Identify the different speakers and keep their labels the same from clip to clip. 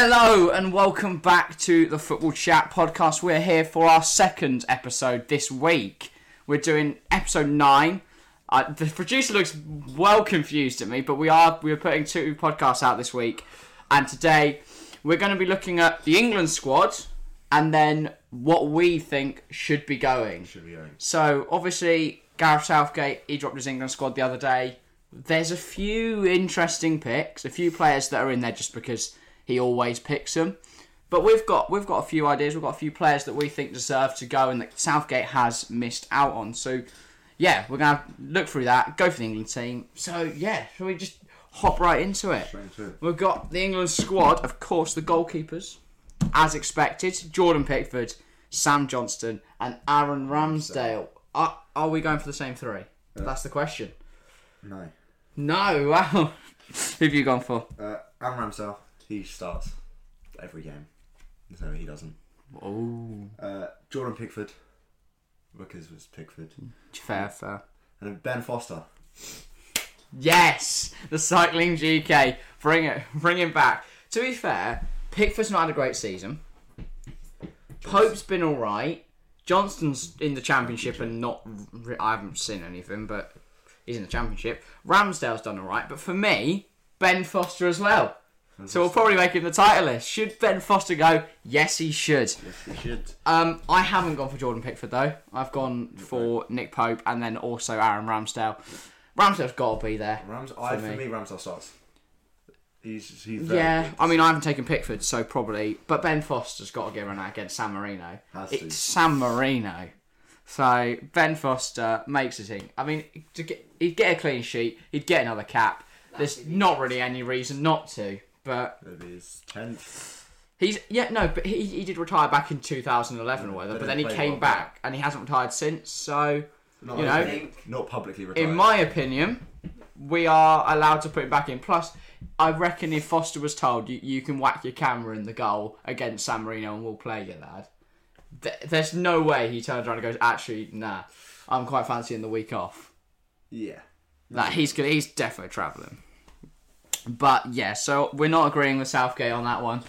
Speaker 1: Hello and welcome back to the Football Chat podcast. We're here for our second episode this week. We're doing episode nine. Uh, the producer looks well confused at me, but we are we are putting two podcasts out this week, and today we're going to be looking at the England squad and then what we think should be going.
Speaker 2: Should be going.
Speaker 1: So obviously Gareth Southgate he dropped his England squad the other day. There's a few interesting picks, a few players that are in there just because he always picks them. But we've got we've got a few ideas, we've got a few players that we think deserve to go and that Southgate has missed out on. So yeah, we're gonna look through that, go for the England team. So yeah, shall we just hop right into it?
Speaker 2: Straight into it.
Speaker 1: We've got the England squad, of course, the goalkeepers, as expected. Jordan Pickford, Sam Johnston, and Aaron Ramsdale. Are, are we going for the same three? That's the question.
Speaker 2: No.
Speaker 1: No, wow. Who have you gone for?
Speaker 2: Uh, Aaron Ramsdale, he starts every game. So he doesn't.
Speaker 1: Oh,
Speaker 2: Uh, Jordan Pickford, because it was Pickford.
Speaker 1: fair, fair.
Speaker 2: And then Ben Foster.
Speaker 1: Yes, the cycling GK. Bring it, bring him back. To be fair, Pickford's not had a great season. Pope's been all right. Johnston's in the championship and not. re- I haven't seen anything, but he's in the championship. Ramsdale's done all right, but for me, Ben Foster as well. So we'll probably make him the title list. Should Ben Foster go? Yes, he should.
Speaker 2: He should.
Speaker 1: Um, I haven't gone for Jordan Pickford though. I've gone for Nick Pope and then also Aaron Ramsdale. Ramsdale's got to be there.
Speaker 2: Rams, I, for
Speaker 1: me.
Speaker 2: me, Ramsdale starts. He's, he's very
Speaker 1: Yeah,
Speaker 2: good.
Speaker 1: I mean, I haven't taken Pickford, so probably. But Ben Foster's got to get run out against San Marino.
Speaker 2: Has to.
Speaker 1: it's San Marino. So Ben Foster makes a thing. I mean, to get, he'd get a clean sheet, he'd get another cap. There's not really any reason not to. But
Speaker 2: Maybe he's 10th.
Speaker 1: he's yeah no, but he, he did retire back in 2011 or whatever.
Speaker 2: But
Speaker 1: But then
Speaker 2: didn't
Speaker 1: he
Speaker 2: play
Speaker 1: came
Speaker 2: well.
Speaker 1: back and he hasn't retired since. So
Speaker 2: Not,
Speaker 1: You know,
Speaker 2: publicly- not publicly retired.
Speaker 1: in my opinion, we are allowed to put him back in. Plus, I reckon if Foster was told you, you can whack your camera in the goal against San Marino and we'll play you, lad, th- there's no way he turns around and goes, actually, nah, I'm quite fancying the week off.
Speaker 2: yeah.
Speaker 1: Like he's gonna, he's definitely travelling. But yeah, so we're not agreeing with Southgate on that one.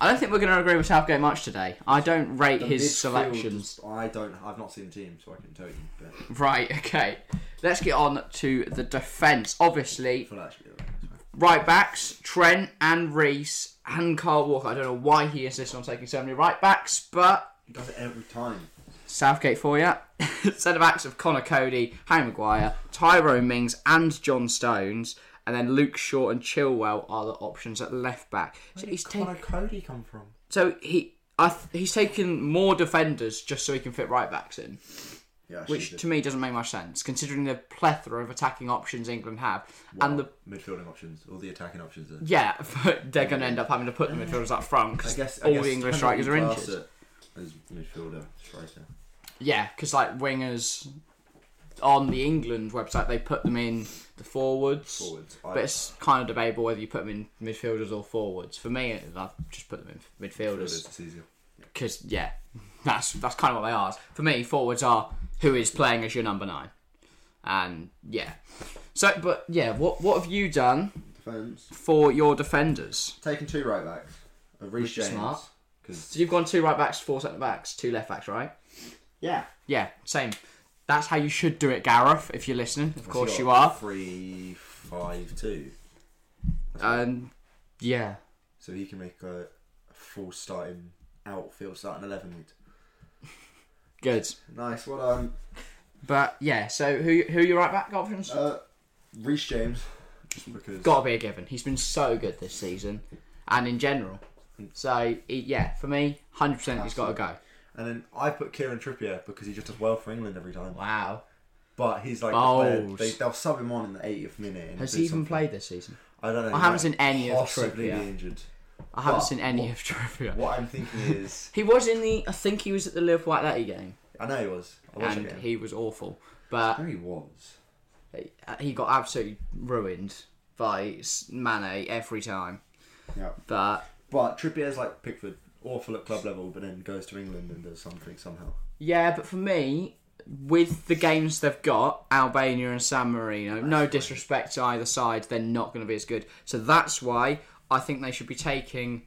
Speaker 1: I don't think we're going to agree with Southgate much today. I don't rate
Speaker 2: Midfield,
Speaker 1: his selections.
Speaker 2: I don't. I've not seen the team, so I can tell you. But
Speaker 1: Right, okay. Let's get on to the defence. Obviously,
Speaker 2: well, actually, right, sorry.
Speaker 1: right backs, Trent and Reese and Carl Walker. I don't know why he insists on taking so many right backs, but
Speaker 2: he does it every time.
Speaker 1: Southgate for you. Centre backs of Connor Cody, Harry Maguire, Tyrone Mings, and John Stones. And then Luke Shaw and Chilwell are the options at left back. So he's
Speaker 2: Where
Speaker 1: taken.
Speaker 2: did Cody come from?
Speaker 1: So he, I th- he's taken more defenders just so he can fit right backs in.
Speaker 2: Yeah, actually,
Speaker 1: which
Speaker 2: he did.
Speaker 1: to me doesn't make much sense considering the plethora of attacking options England have and the
Speaker 2: midfielding options, all the attacking options. Are,
Speaker 1: yeah but they're going to end up having to put the midfielders up front because
Speaker 2: I guess
Speaker 1: all the English strikers are injured
Speaker 2: As midfielder striker,
Speaker 1: yeah because like wingers on the England website they put them in the forwards,
Speaker 2: Forwards. I-
Speaker 1: but it's kind of debatable whether you put them in midfielders or forwards for me I've just put them in midfielders
Speaker 2: it's easier.
Speaker 1: because yeah, that's that's kind of what they are. For me, forwards are who is playing as your number nine, and yeah. So, but yeah, what what have you done
Speaker 2: Defense
Speaker 1: for your defenders?
Speaker 2: taking two right backs, a Reece
Speaker 1: is
Speaker 2: James.
Speaker 1: smart.
Speaker 2: Because
Speaker 1: So you've gone two right backs, four centre backs, two left backs, right?
Speaker 2: yeah,
Speaker 1: Yeah, same. That's how you should do it, Gareth. If you're listening, of course you are.
Speaker 2: Three five two,
Speaker 1: Um, yeah,
Speaker 2: so he can make a full starting outfield starting eleven. with-
Speaker 1: good.
Speaker 2: Nice. Well um, done.
Speaker 1: But yeah, so who who are your right back options?
Speaker 2: Uh, Reece James, just because
Speaker 1: Gotta be a given. He's been so good this season, and in general. So he- yeah, for me, hundred percent, he's got to go.
Speaker 2: And then I put Kieran Trippier because he just does well for England every time.
Speaker 1: Wow.
Speaker 2: But he's like, the
Speaker 1: Bold.
Speaker 2: player, they, they'll sub him on in the 80th minute. and
Speaker 1: Has
Speaker 2: do
Speaker 1: he even
Speaker 2: something.
Speaker 1: played this season?
Speaker 2: I don't know.
Speaker 1: I haven't seen any of
Speaker 2: possibly
Speaker 1: Trippier.
Speaker 2: be injured.
Speaker 1: I haven't
Speaker 2: But
Speaker 1: seen any of Trippier.
Speaker 2: What I'm thinking is,
Speaker 1: He was in the. I think he was at the Liverpool Atleti game,
Speaker 2: I know he was. I watched
Speaker 1: and
Speaker 2: it.
Speaker 1: he was awful. But uh,
Speaker 2: I know he was.
Speaker 1: he got absolutely ruined by S- Mane every time.
Speaker 2: Yeah.
Speaker 1: But
Speaker 2: But Trippier's like Pickford, awful at club level, but then goes to England and does something somehow.
Speaker 1: yeah, but for me, with the games they've got, Albania and San Marino, no disrespect to either side, they're not going to be as good. So that's why I think they should be taking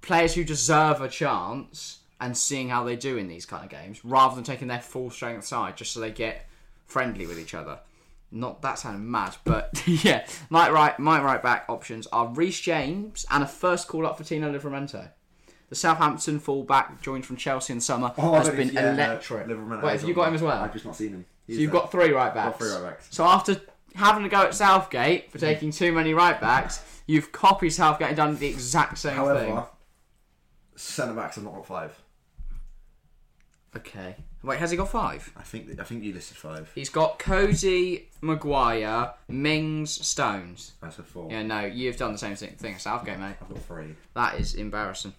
Speaker 1: players who deserve a chance and seeing how they do in these kind of games, rather than taking their full strength side just so they get friendly with each other. Not that sounded mad, but yeah, might right, might right back options are Reece James and a first call up for Tino Livramento. The Southampton fullback joined from Chelsea in the summer
Speaker 2: Oh, I
Speaker 1: has
Speaker 2: bet
Speaker 1: been
Speaker 2: he's- yeah, uh, no,
Speaker 1: electric.
Speaker 2: Livermore
Speaker 1: Wait,
Speaker 2: has
Speaker 1: have you
Speaker 2: on
Speaker 1: got
Speaker 2: there.
Speaker 1: him as well?
Speaker 2: I've just not seen him. He's
Speaker 1: So you've
Speaker 2: there.
Speaker 1: got three right backs.
Speaker 2: Got three right backs.
Speaker 1: So after having a go at Southgate for taking too many right backs, you've copied Southgate and done the exact same thing.
Speaker 2: However, centre backs are not got five.
Speaker 1: Okay. Wait, has he got five?
Speaker 2: I think I think you listed five.
Speaker 1: He's got Cody, Maguire, Mings, Stones.
Speaker 2: I said four.
Speaker 1: Yeah, no, you've done the same thing, thing as Southgate, mate.
Speaker 2: I've got three.
Speaker 1: That is embarrassing.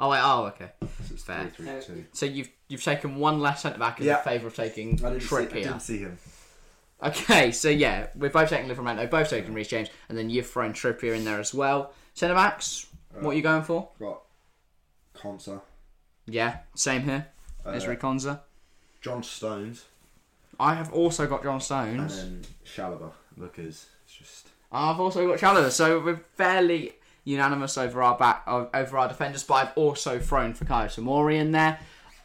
Speaker 1: Oh wait, oh okay.
Speaker 2: So it's
Speaker 1: Fair.
Speaker 2: three, three, two.
Speaker 1: So you've you've taken one less centre back in
Speaker 2: Yeah.
Speaker 1: favour of taking
Speaker 2: I didn't, see, I
Speaker 1: Trippier.
Speaker 2: didn't see him.
Speaker 1: Okay, so yeah, we're both taking Livermento, both taking Reece James, and then you've thrown Trippier in there as well. Centre backs, what are you going for?
Speaker 2: Got Conser,
Speaker 1: Yeah, same here.
Speaker 2: Uh,
Speaker 1: Ezri Konza.
Speaker 2: John Stones,
Speaker 1: I have also got John
Speaker 2: and
Speaker 1: Stones.
Speaker 2: then Shalaba. Because it's just
Speaker 1: I've also got Chalobah, so we're fairly unanimous over our back o- over our defenders. But I've also thrown Fakayo Tomori in there.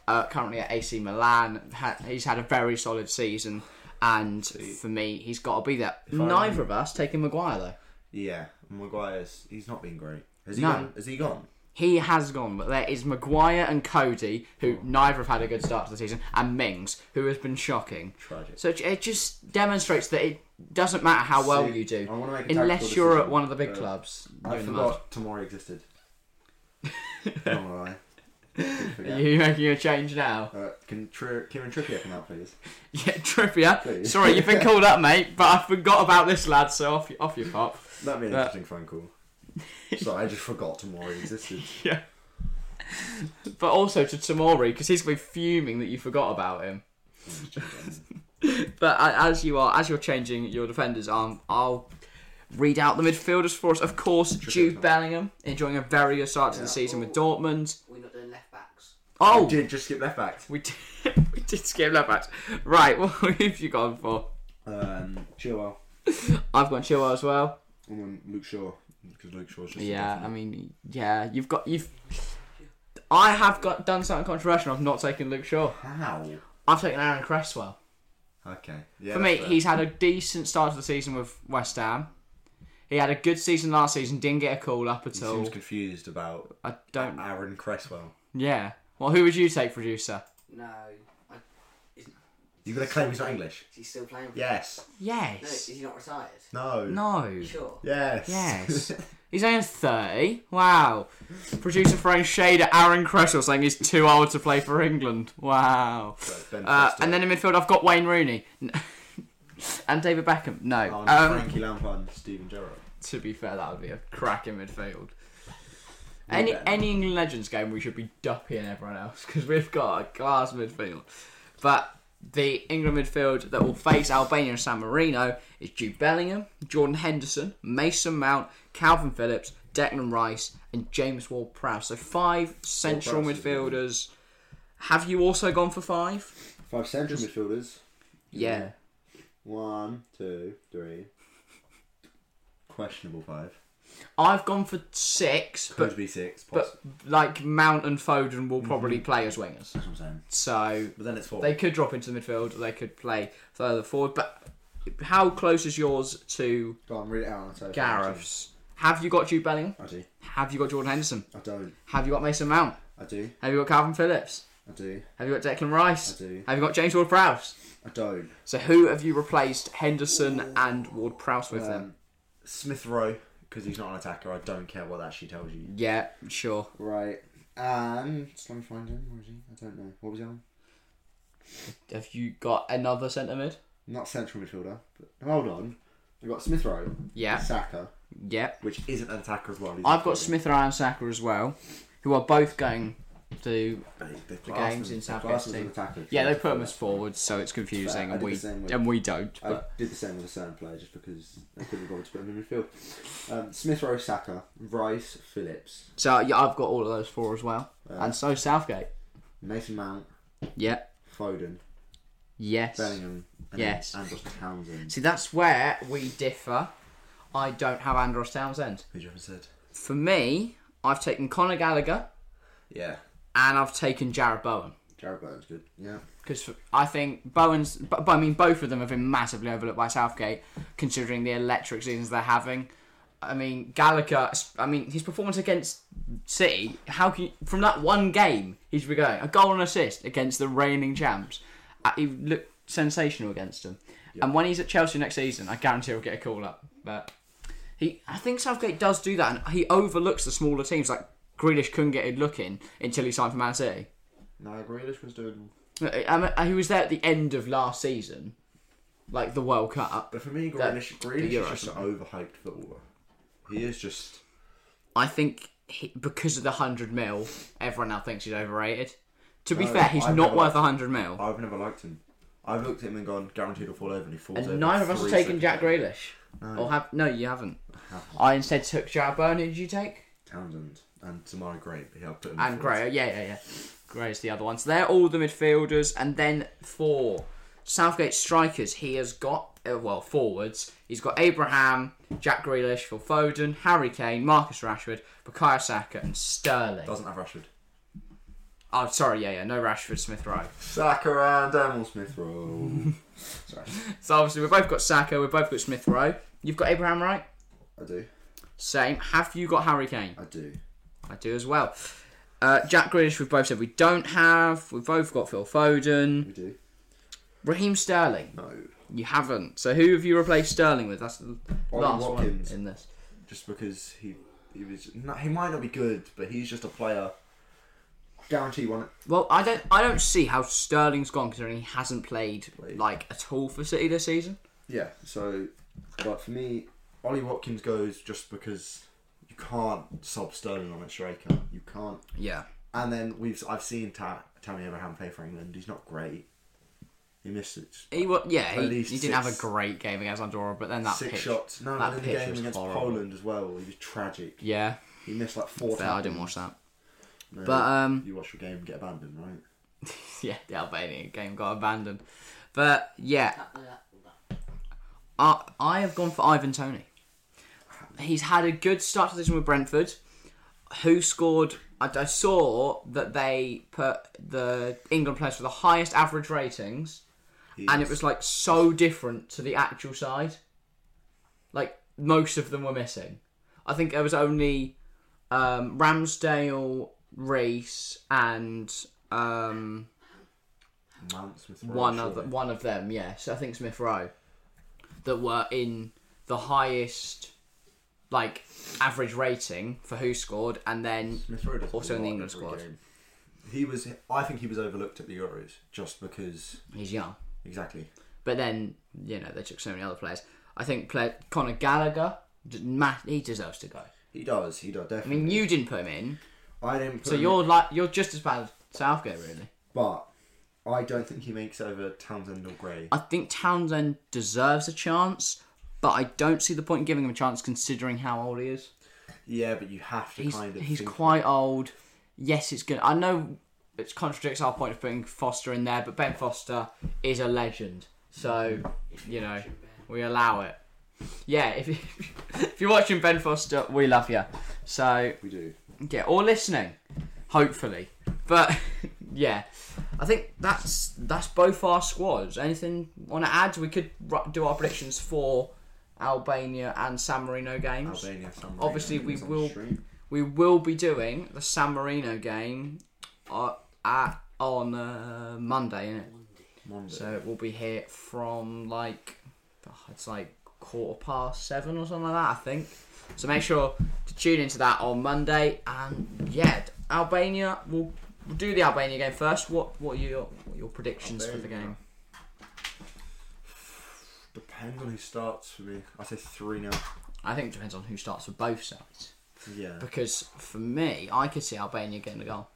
Speaker 1: Uh, currently at AC Milan, ha- he's had a very solid season, and for me, he's got to be there. Neither of us taking Maguire though.
Speaker 2: yeah, Maguire's he's not been great. Has he
Speaker 1: No.
Speaker 2: gone? Has he gone?
Speaker 1: He has gone, but there is Maguire and Cody, who
Speaker 2: Oh.
Speaker 1: neither have had a good start to the season, and Mings, who has been shocking.
Speaker 2: Tragic.
Speaker 1: So it- it just demonstrates that it doesn't matter how well
Speaker 2: See,
Speaker 1: you do,
Speaker 2: I wanna make a
Speaker 1: unless
Speaker 2: tactical
Speaker 1: you're at
Speaker 2: decision,
Speaker 1: one of the big
Speaker 2: but
Speaker 1: clubs. you're
Speaker 2: I
Speaker 1: in the mud.
Speaker 2: forgot Tamori existed. not gonna lie. Did
Speaker 1: Are
Speaker 2: forget.
Speaker 1: you making a change now?
Speaker 2: Uh, can Tri- Kieran Trippier come out, please?
Speaker 1: Yeah, Trippier.
Speaker 2: Please.
Speaker 1: Sorry, you've been called up, mate, but I forgot about this lad. So off, you, off you pop.
Speaker 2: That'd be an
Speaker 1: Uh,
Speaker 2: interesting phone call. Sorry, I just forgot Tamori existed.
Speaker 1: Yeah. But also to Tamori, because he's going to be fuming that you forgot about him. but a- as you are, as you're changing your defenders, um, I'll read out the midfielders for us. Of course, Jude Bellingham enjoying a very good start to the season with Dortmund.
Speaker 3: We're not doing left backs.
Speaker 1: Oh,
Speaker 2: I did just skip left back.
Speaker 1: we did, we did skip left backs. Right, what have you gone for?
Speaker 2: Um, Chilwell.
Speaker 1: I've gone Chilwell as well.
Speaker 2: And then Luke Shaw. Because Luke Shaw's just.
Speaker 1: Yeah, I mean, yeah, you've got you've. I have got done something controversial. I've not taken Luke Shaw.
Speaker 2: How?
Speaker 1: I've taken Aaron Cresswell.
Speaker 2: Okay. Yeah,
Speaker 1: For me,
Speaker 2: that's fair.
Speaker 1: he's had a decent start to the season with West Ham. He had a good season last season, didn't get a call up
Speaker 2: He
Speaker 1: at all.
Speaker 2: seems confused about
Speaker 1: I don't.
Speaker 2: Aaron Cresswell.
Speaker 1: Yeah. Well, who would you take, producer?
Speaker 3: No. I, is,
Speaker 2: You gonna claim he's not English?
Speaker 3: is he still playing? for-
Speaker 2: Yes.
Speaker 3: No, is
Speaker 1: Yes.
Speaker 3: he not retired?
Speaker 2: No.
Speaker 1: No.
Speaker 3: Sure.
Speaker 2: Yes.
Speaker 1: Yes. He's only 30. Wow. Producer throwing shade at Aaron Cresswell saying he's too old to play for England. Wow.
Speaker 2: ben
Speaker 1: Uh,
Speaker 2: Foster.
Speaker 1: and then in midfield, I've got Wayne Rooney. and David Beckham.
Speaker 2: Oh,
Speaker 1: No.
Speaker 2: and
Speaker 1: Um,
Speaker 2: Frankie Lampard and Steven Gerrard.
Speaker 1: to be fair, that would be a cracking midfield. Any
Speaker 2: bet.
Speaker 1: any England Legends game, we should be dupping everyone else because we've got a class midfield. But the England midfield that will face Albania and San Marino is Jude Bellingham, Jordan Henderson, Mason Mount, Calvin Phillips, Declan Rice, and James Ward-Prowse. So five central
Speaker 2: Ward-Prowse is good.
Speaker 1: midfielders. Have you also gone for five?
Speaker 2: Five central midfielders.
Speaker 1: Yeah.
Speaker 2: One, two, three. Questionable five.
Speaker 1: I've gone for six,
Speaker 2: Could
Speaker 1: but
Speaker 2: be six.
Speaker 1: but
Speaker 2: Possible.
Speaker 1: like Mount and Foden will probably
Speaker 2: Mhm.
Speaker 1: play as wingers.
Speaker 2: That's what I'm saying.
Speaker 1: So
Speaker 2: But then it's four.
Speaker 1: They could drop into the midfield. They could play further forward. But how close is yours to
Speaker 2: Go on, read it out. on
Speaker 1: Gareth's? Have you got Jude Bellingham?
Speaker 2: I do.
Speaker 1: Have you got Jordan Henderson?
Speaker 2: I don't.
Speaker 1: Have you got Mason Mount?
Speaker 2: I do.
Speaker 1: Have you got Calvin Phillips?
Speaker 2: I do.
Speaker 1: Have you got Declan Rice?
Speaker 2: I do.
Speaker 1: Have you got James Ward-Prowse?
Speaker 2: I don't.
Speaker 1: So who have you replaced Henderson and Ward-Prowse with
Speaker 2: Um,
Speaker 1: them?
Speaker 2: Smith Rowe, because he's not an attacker. I don't care what that she tells you.
Speaker 1: Yeah, sure.
Speaker 2: Right. And let me find him. Where is he? I don't know. What was he on?
Speaker 1: Have you got another centre mid?
Speaker 2: Not central midfielder. But hold on. I've got Smith Rowe.
Speaker 1: Yeah,
Speaker 2: Saka,
Speaker 1: yeah.
Speaker 2: which isn't an attacker as well. He's
Speaker 1: I've got
Speaker 2: midfielder.
Speaker 1: Smith Rowe and Saka as well, who are both going to
Speaker 2: They- they
Speaker 1: the
Speaker 2: class
Speaker 1: games
Speaker 2: them-
Speaker 1: in
Speaker 2: they
Speaker 1: South
Speaker 2: class
Speaker 1: West
Speaker 2: them as an
Speaker 1: team.
Speaker 2: attacker.
Speaker 1: Yeah, they put them as forwards, so it's confusing,
Speaker 2: I
Speaker 1: and
Speaker 2: did
Speaker 1: we
Speaker 2: the same with-
Speaker 1: and we don't.
Speaker 2: I
Speaker 1: But
Speaker 2: did the same with a certain player just because I couldn't bother to put him in midfield. Um, Smith Rowe, Saka, Rice, Phillips,
Speaker 1: so yeah, I've got all of those four as well, and so Southgate.
Speaker 2: Mason Mount,
Speaker 1: Yeah.
Speaker 2: Foden,
Speaker 1: Yes.
Speaker 2: Bellingham, and
Speaker 1: Yes.
Speaker 2: Andros Townsend.
Speaker 1: See, that's where we differ. I don't have Andros Townsend.
Speaker 2: Who do you haven't said?
Speaker 1: For me, I've taken Conor Gallagher
Speaker 2: Yeah.
Speaker 1: and I've taken Jared Bowen
Speaker 2: Jared Burton's good. Yeah.
Speaker 1: because I think Bowen's. But, but I mean, both of them have been massively overlooked by Southgate, considering the electric seasons they're having. I mean, Gallagher. I mean, his performance against City. How can you, from that one game he's been going a goal and assist against the reigning champs? Uh, He looked sensational against them. And when he's at Chelsea next season, I guarantee he'll get a call up. But he, I think Southgate does do that, and he overlooks the smaller teams. Like Grealish couldn't get it looking until he signed for Man City.
Speaker 2: No, Grealish was doing.
Speaker 1: I mean, he was there at the end of last season, like the World Cup.
Speaker 2: But for me,
Speaker 1: That-
Speaker 2: Grealish,
Speaker 1: the
Speaker 2: Grealish
Speaker 1: Euros
Speaker 2: is just an overhyped footballer. He is just.
Speaker 1: I think he, because of the hundred mil, everyone now thinks he's overrated. To be
Speaker 2: No,
Speaker 1: fair, he's
Speaker 2: I've
Speaker 1: not
Speaker 2: never-
Speaker 1: worth hundred mil,
Speaker 2: I've never liked him. I've looked at him and gone, guaranteed he'll fall over, and he falls over.
Speaker 1: and neither of us
Speaker 2: three
Speaker 1: have taken Jack
Speaker 2: seconds.
Speaker 1: Grealish. Or have no, you haven't. I instead took Jared Byrne. Who did you take?
Speaker 2: Townsend and Tamara Gray. but Yeah, I'll put him
Speaker 1: And
Speaker 2: forward.
Speaker 1: Gray. Yeah, yeah, yeah. Gray's the other one. So they're all the midfielders, and then for Southgate strikers, he has got uh, well forwards. He's got Abraham, Jack Grealish, Phil Foden, Harry Kane, Marcus Rashford, Bukayo Saka, and Sterling.
Speaker 2: Doesn't have Rashford.
Speaker 1: Oh, sorry, yeah, yeah, no Rashford, Smith Rowe.
Speaker 2: Saka and Daniel Smith Rowe. Sorry,
Speaker 1: So obviously we've both got Saka, we've both got Smith Rowe. You've got Abraham, right?
Speaker 2: I do.
Speaker 1: Same. Have you got Harry Kane?
Speaker 2: I do.
Speaker 1: I do as well. Uh, Jack Grealish, we've both said we don't have. We've both got Phil Foden.
Speaker 2: We do.
Speaker 1: Raheem Sterling.
Speaker 2: No.
Speaker 1: You haven't. So who have you replaced Sterling with? That's the
Speaker 2: Ollie
Speaker 1: last
Speaker 2: Watkins.
Speaker 1: one in this.
Speaker 2: Just because he he was no, he might not be good, but he's just a player. Guarantee one.
Speaker 1: Well, I don't, I don't see how Sterling's gone considering he hasn't played
Speaker 2: Played.
Speaker 1: like at all for City this season.
Speaker 2: Yeah. So, but for me, Ollie Watkins goes just because you can't sub Sterling on a striker. You can't.
Speaker 1: Yeah.
Speaker 2: And then we've I've seen Ta- Tammy Abraham play for England. He's not great. He missed it.
Speaker 1: He was, yeah, he,
Speaker 2: least
Speaker 1: he didn't have a
Speaker 2: six-
Speaker 1: great game against Andorra, but then that
Speaker 2: Six
Speaker 1: pitch,
Speaker 2: shots. No,
Speaker 1: that
Speaker 2: and in the
Speaker 1: pitch
Speaker 2: game
Speaker 1: was
Speaker 2: against
Speaker 1: horrible.
Speaker 2: Poland as well. He was tragic.
Speaker 1: Yeah,
Speaker 2: He missed like four.
Speaker 1: fair, I
Speaker 2: tackles.
Speaker 1: didn't watch that.
Speaker 2: No,
Speaker 1: But, um,
Speaker 2: you watch your game get abandoned, right?
Speaker 1: yeah, the Albanian game got abandoned. But yeah,
Speaker 3: That, that, that.
Speaker 1: I I have gone for Ivan Tony. He's had a good start to the season with Brentford, who scored. I, I saw that they put the England players for the highest average ratings, and it was like so different to the actual side. Like most of them were missing. I think there was only um, Ramsdale, Reese, and um,
Speaker 2: Mount Smith Rowe,
Speaker 1: one
Speaker 2: surely.
Speaker 1: other one of them, yes. I think Smith Rowe that were in the highest like average rating for who scored and then
Speaker 2: Smith Rowe does
Speaker 1: Also in the
Speaker 2: a lot
Speaker 1: England
Speaker 2: every
Speaker 1: squad.
Speaker 2: game. He was. I think he was overlooked at the Euros just because.
Speaker 1: he's young.
Speaker 2: Exactly.
Speaker 1: But then, you know, they took so many other players. I think play, Conor Gallagher d- ma- he deserves to go.
Speaker 2: He does. He does
Speaker 1: I
Speaker 2: definitely.
Speaker 1: mean, you didn't put him in,
Speaker 2: I didn't. Put
Speaker 1: so
Speaker 2: him-
Speaker 1: you're like you're just as bad as Southgate really.
Speaker 2: But I don't think he makes over Townsend or Gray.
Speaker 1: I think Townsend deserves a chance, but I don't see the point in giving him a chance considering how old he is.
Speaker 2: Yeah, but you have to
Speaker 1: he's,
Speaker 2: kind of.
Speaker 1: he's
Speaker 2: think-
Speaker 1: quite old. Yes, it's good. I know it contradicts our point of putting Foster in there, but Ben Foster is a legend. So, you know, we allow it. Yeah, if, you, if you're watching Ben Foster, we love you. So,
Speaker 2: We do.
Speaker 1: yeah, or listening, hopefully. But, yeah, I think that's that's both our squads. Anything want to add? We could ru- do our predictions for Albania and San Marino games.
Speaker 2: Albania. San Marino,
Speaker 1: Obviously, we
Speaker 2: it's on
Speaker 1: will-
Speaker 2: stream.
Speaker 1: We will be doing the San Marino game uh, at, on uh, Monday, innit?
Speaker 2: Monday.
Speaker 1: So we'll be here from like oh, it's like quarter past seven or something like that, I think. So make sure to tune into that on Monday. And yeah, Albania. We'll, we'll do the Albania game first. What what are your what are your predictions for the
Speaker 2: Albania.
Speaker 1: game?
Speaker 2: Depends on who starts for me. I say three now.
Speaker 1: I think it depends on who starts for both sides.
Speaker 2: Yeah.
Speaker 1: Because for me, I could see Albania getting a goal.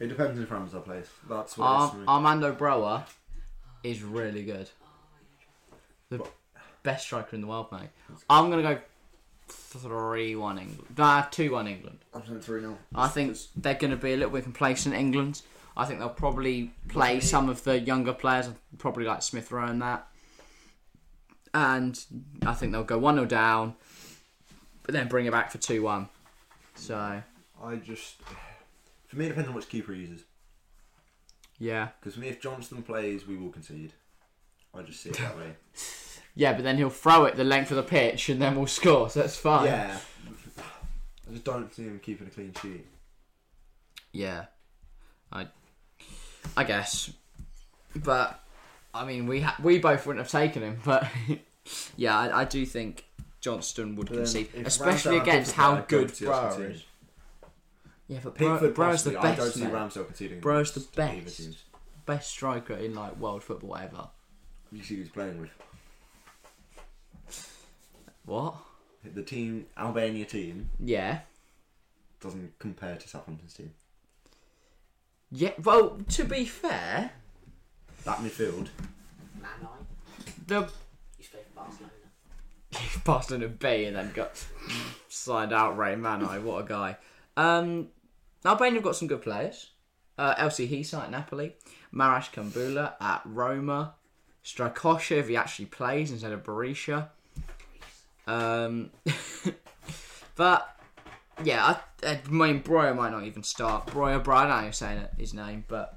Speaker 2: It depends who France I plays. That's what it's for
Speaker 1: Ar-
Speaker 2: me.
Speaker 1: Armando Broa is really good. The best striker in the world, mate. I'm gonna go three one England. Nah, two one England.
Speaker 2: I'm saying three now.
Speaker 1: I think they're gonna be a little bit complacent. England. I think they'll probably play some of the younger players, probably like Smith Rowe and that. And I think they'll go one 0 down, but then bring it back for two one. So
Speaker 2: I just. For me, it depends on which keeper he uses.
Speaker 1: yeah,
Speaker 2: Because for me, if Johnston plays, we will concede. I just see it that way.
Speaker 1: yeah, but then he'll throw it the length of the pitch, and then we'll score. So that's fine.
Speaker 2: yeah. I just don't see him keeping a clean sheet.
Speaker 1: Yeah, I, I guess, but I mean, we ha- we both wouldn't have taken him, but yeah, I, I do think Johnston would
Speaker 2: But then
Speaker 1: concede,
Speaker 2: if
Speaker 1: especially
Speaker 2: Ramsdale
Speaker 1: against
Speaker 2: doesn't
Speaker 1: how
Speaker 2: play, I'd go
Speaker 1: good
Speaker 2: to see us
Speaker 1: Bro
Speaker 2: conceding.
Speaker 1: is. Yeah, but Bro,
Speaker 2: Pickford,
Speaker 1: Bro's the
Speaker 2: possibly. I don't
Speaker 1: best,
Speaker 2: see
Speaker 1: mate.
Speaker 2: Ramsdale conceding.
Speaker 1: Bro's the
Speaker 2: against either
Speaker 1: best.
Speaker 2: teams.
Speaker 1: best striker in like world football ever.
Speaker 2: You see who he's playing with.
Speaker 1: What?
Speaker 2: The team, Albania team,
Speaker 1: Yeah.
Speaker 2: doesn't compare to Southampton's team.
Speaker 1: Yeah. Well, to be fair,
Speaker 2: That midfield,
Speaker 3: Man, I.
Speaker 1: the
Speaker 3: He's played for Barcelona.
Speaker 1: Barcelona B and then got signed out Ray Manai. What a guy. Um, Albania have got some good players. Uh, LC Hisa at Napoli, Marash Kambula at Roma, Strakosha if he actually plays instead of Barisha. Um, but yeah, I, I mean Breuer might not even start. Breuer, Breuer, I don't know how you're saying it, his name, but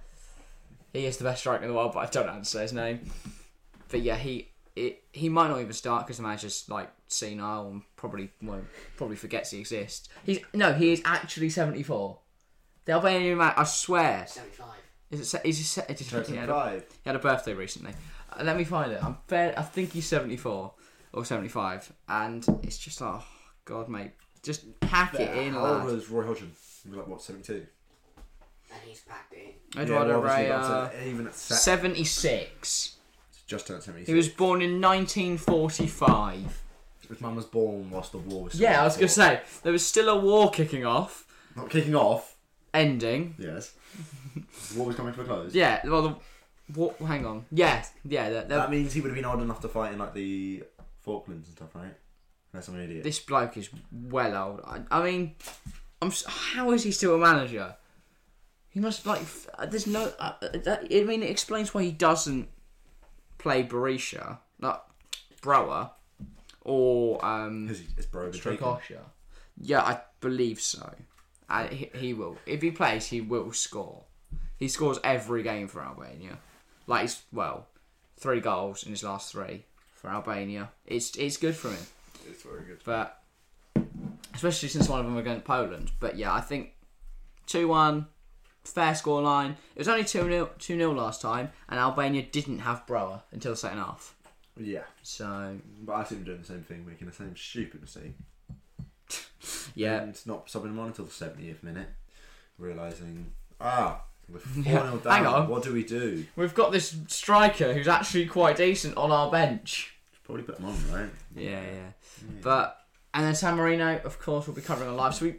Speaker 1: he is the best striker in the world. But I don't know how to say his name. But yeah, he it, he might not even start because the manager's like senile and probably won't probably forgets he exists. He's no, he is actually seventy four. The Albanian man, I swear,
Speaker 3: 75.
Speaker 1: is it? se- Is he? se- Did he
Speaker 2: Chelsea
Speaker 1: had a-
Speaker 2: five.
Speaker 1: he had a birthday recently. Uh, let me find it. I'm fair. I think he's 74 or 75, and it's just like, oh god, mate, just hack it in,
Speaker 2: How old
Speaker 1: lad.
Speaker 2: was Roy Hodgson? He was like, what, 72?
Speaker 3: And he's packed it.
Speaker 1: Eduardo
Speaker 2: well, obviously, but I'm
Speaker 1: Raya,
Speaker 2: saying even at se-
Speaker 1: 76.
Speaker 2: just turned 76.
Speaker 1: He was born in 1945.
Speaker 2: His mum was born whilst the war was still
Speaker 1: Yeah, I
Speaker 2: on
Speaker 1: was gonna
Speaker 2: foot.
Speaker 1: say there was still a war kicking off,
Speaker 2: Not kicking off.
Speaker 1: ending.
Speaker 2: Yes. the war was coming to a close.
Speaker 1: Yeah, well, the, what, hang on. Yeah, yeah. The, the,
Speaker 2: That means he would have been old enough to fight in like the Falklands and stuff, right? Unless I'm an idiot.
Speaker 1: this bloke is well old. I, I mean, I'm. s- How is he still a manager? He must like. f- uh, There's no. Uh, uh, that, I mean, it explains why he doesn't play Barisha, not Brower, or um,
Speaker 2: Because he- it's broken.
Speaker 1: Strakosha. Yeah, I believe so. And he, he will. If he plays, he will score. He scores every game for Albania. Like he's well, three goals in his last three for Albania. It's it's good for him
Speaker 2: It's very good.
Speaker 1: but especially since one of them were against Poland. But yeah, I think 2 1, fair scoreline. It was only 2 0 2 0 last time, and Albania didn't have Brower until the second half.
Speaker 2: Yeah,
Speaker 1: So
Speaker 2: but I see him doing the same thing, making the same stupid mistake.
Speaker 1: yeah,
Speaker 2: And not subbing him on until the 70th minute. Realising, ah, we're 4
Speaker 1: Yeah.
Speaker 2: 0 down.
Speaker 1: Hang on.
Speaker 2: What do we do?
Speaker 1: we've got this striker who's actually quite decent on our bench.
Speaker 2: Probably put him on, right?
Speaker 1: Yeah, yeah. But and then San Marino, of course, will be covering on live, so we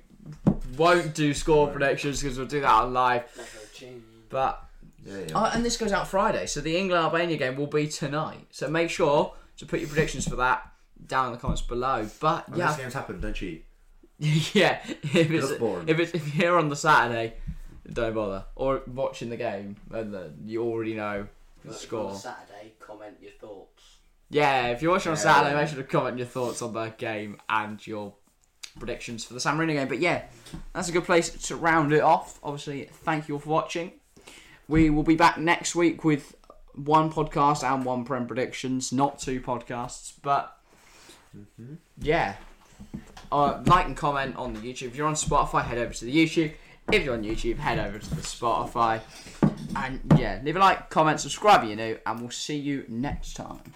Speaker 1: won't do score predictions because we'll do that on live.
Speaker 3: That's very tune.
Speaker 1: But
Speaker 2: Yeah, yeah.
Speaker 1: Oh, and this goes out Friday, so the England Albania game will be tonight. So make sure to put your predictions for that down in the comments below. But
Speaker 2: Unless
Speaker 1: yeah,
Speaker 2: games happen, don't cheat.
Speaker 1: yeah, if it's
Speaker 2: Just boring.
Speaker 1: if it's if you're on the Saturday, don't bother. Or watching the game, and the, you already know the
Speaker 3: But
Speaker 1: score.
Speaker 3: On Saturday, comment your thoughts.
Speaker 1: Yeah, if you're watching on
Speaker 2: Yeah,
Speaker 1: Saturday,
Speaker 2: yeah.
Speaker 1: make sure to comment your thoughts on the game and your predictions for the San Marino game. But yeah, that's a good place to round it off. Obviously, thank you all for watching. We will be back next week with one podcast and one Prem predictions, not two podcasts. But yeah, uh, like and comment on the YouTube. If you're on Spotify, head over to the YouTube. If you're on YouTube, head over to the Spotify. And yeah, leave a like, comment, subscribe if you're new, and we'll see you next time.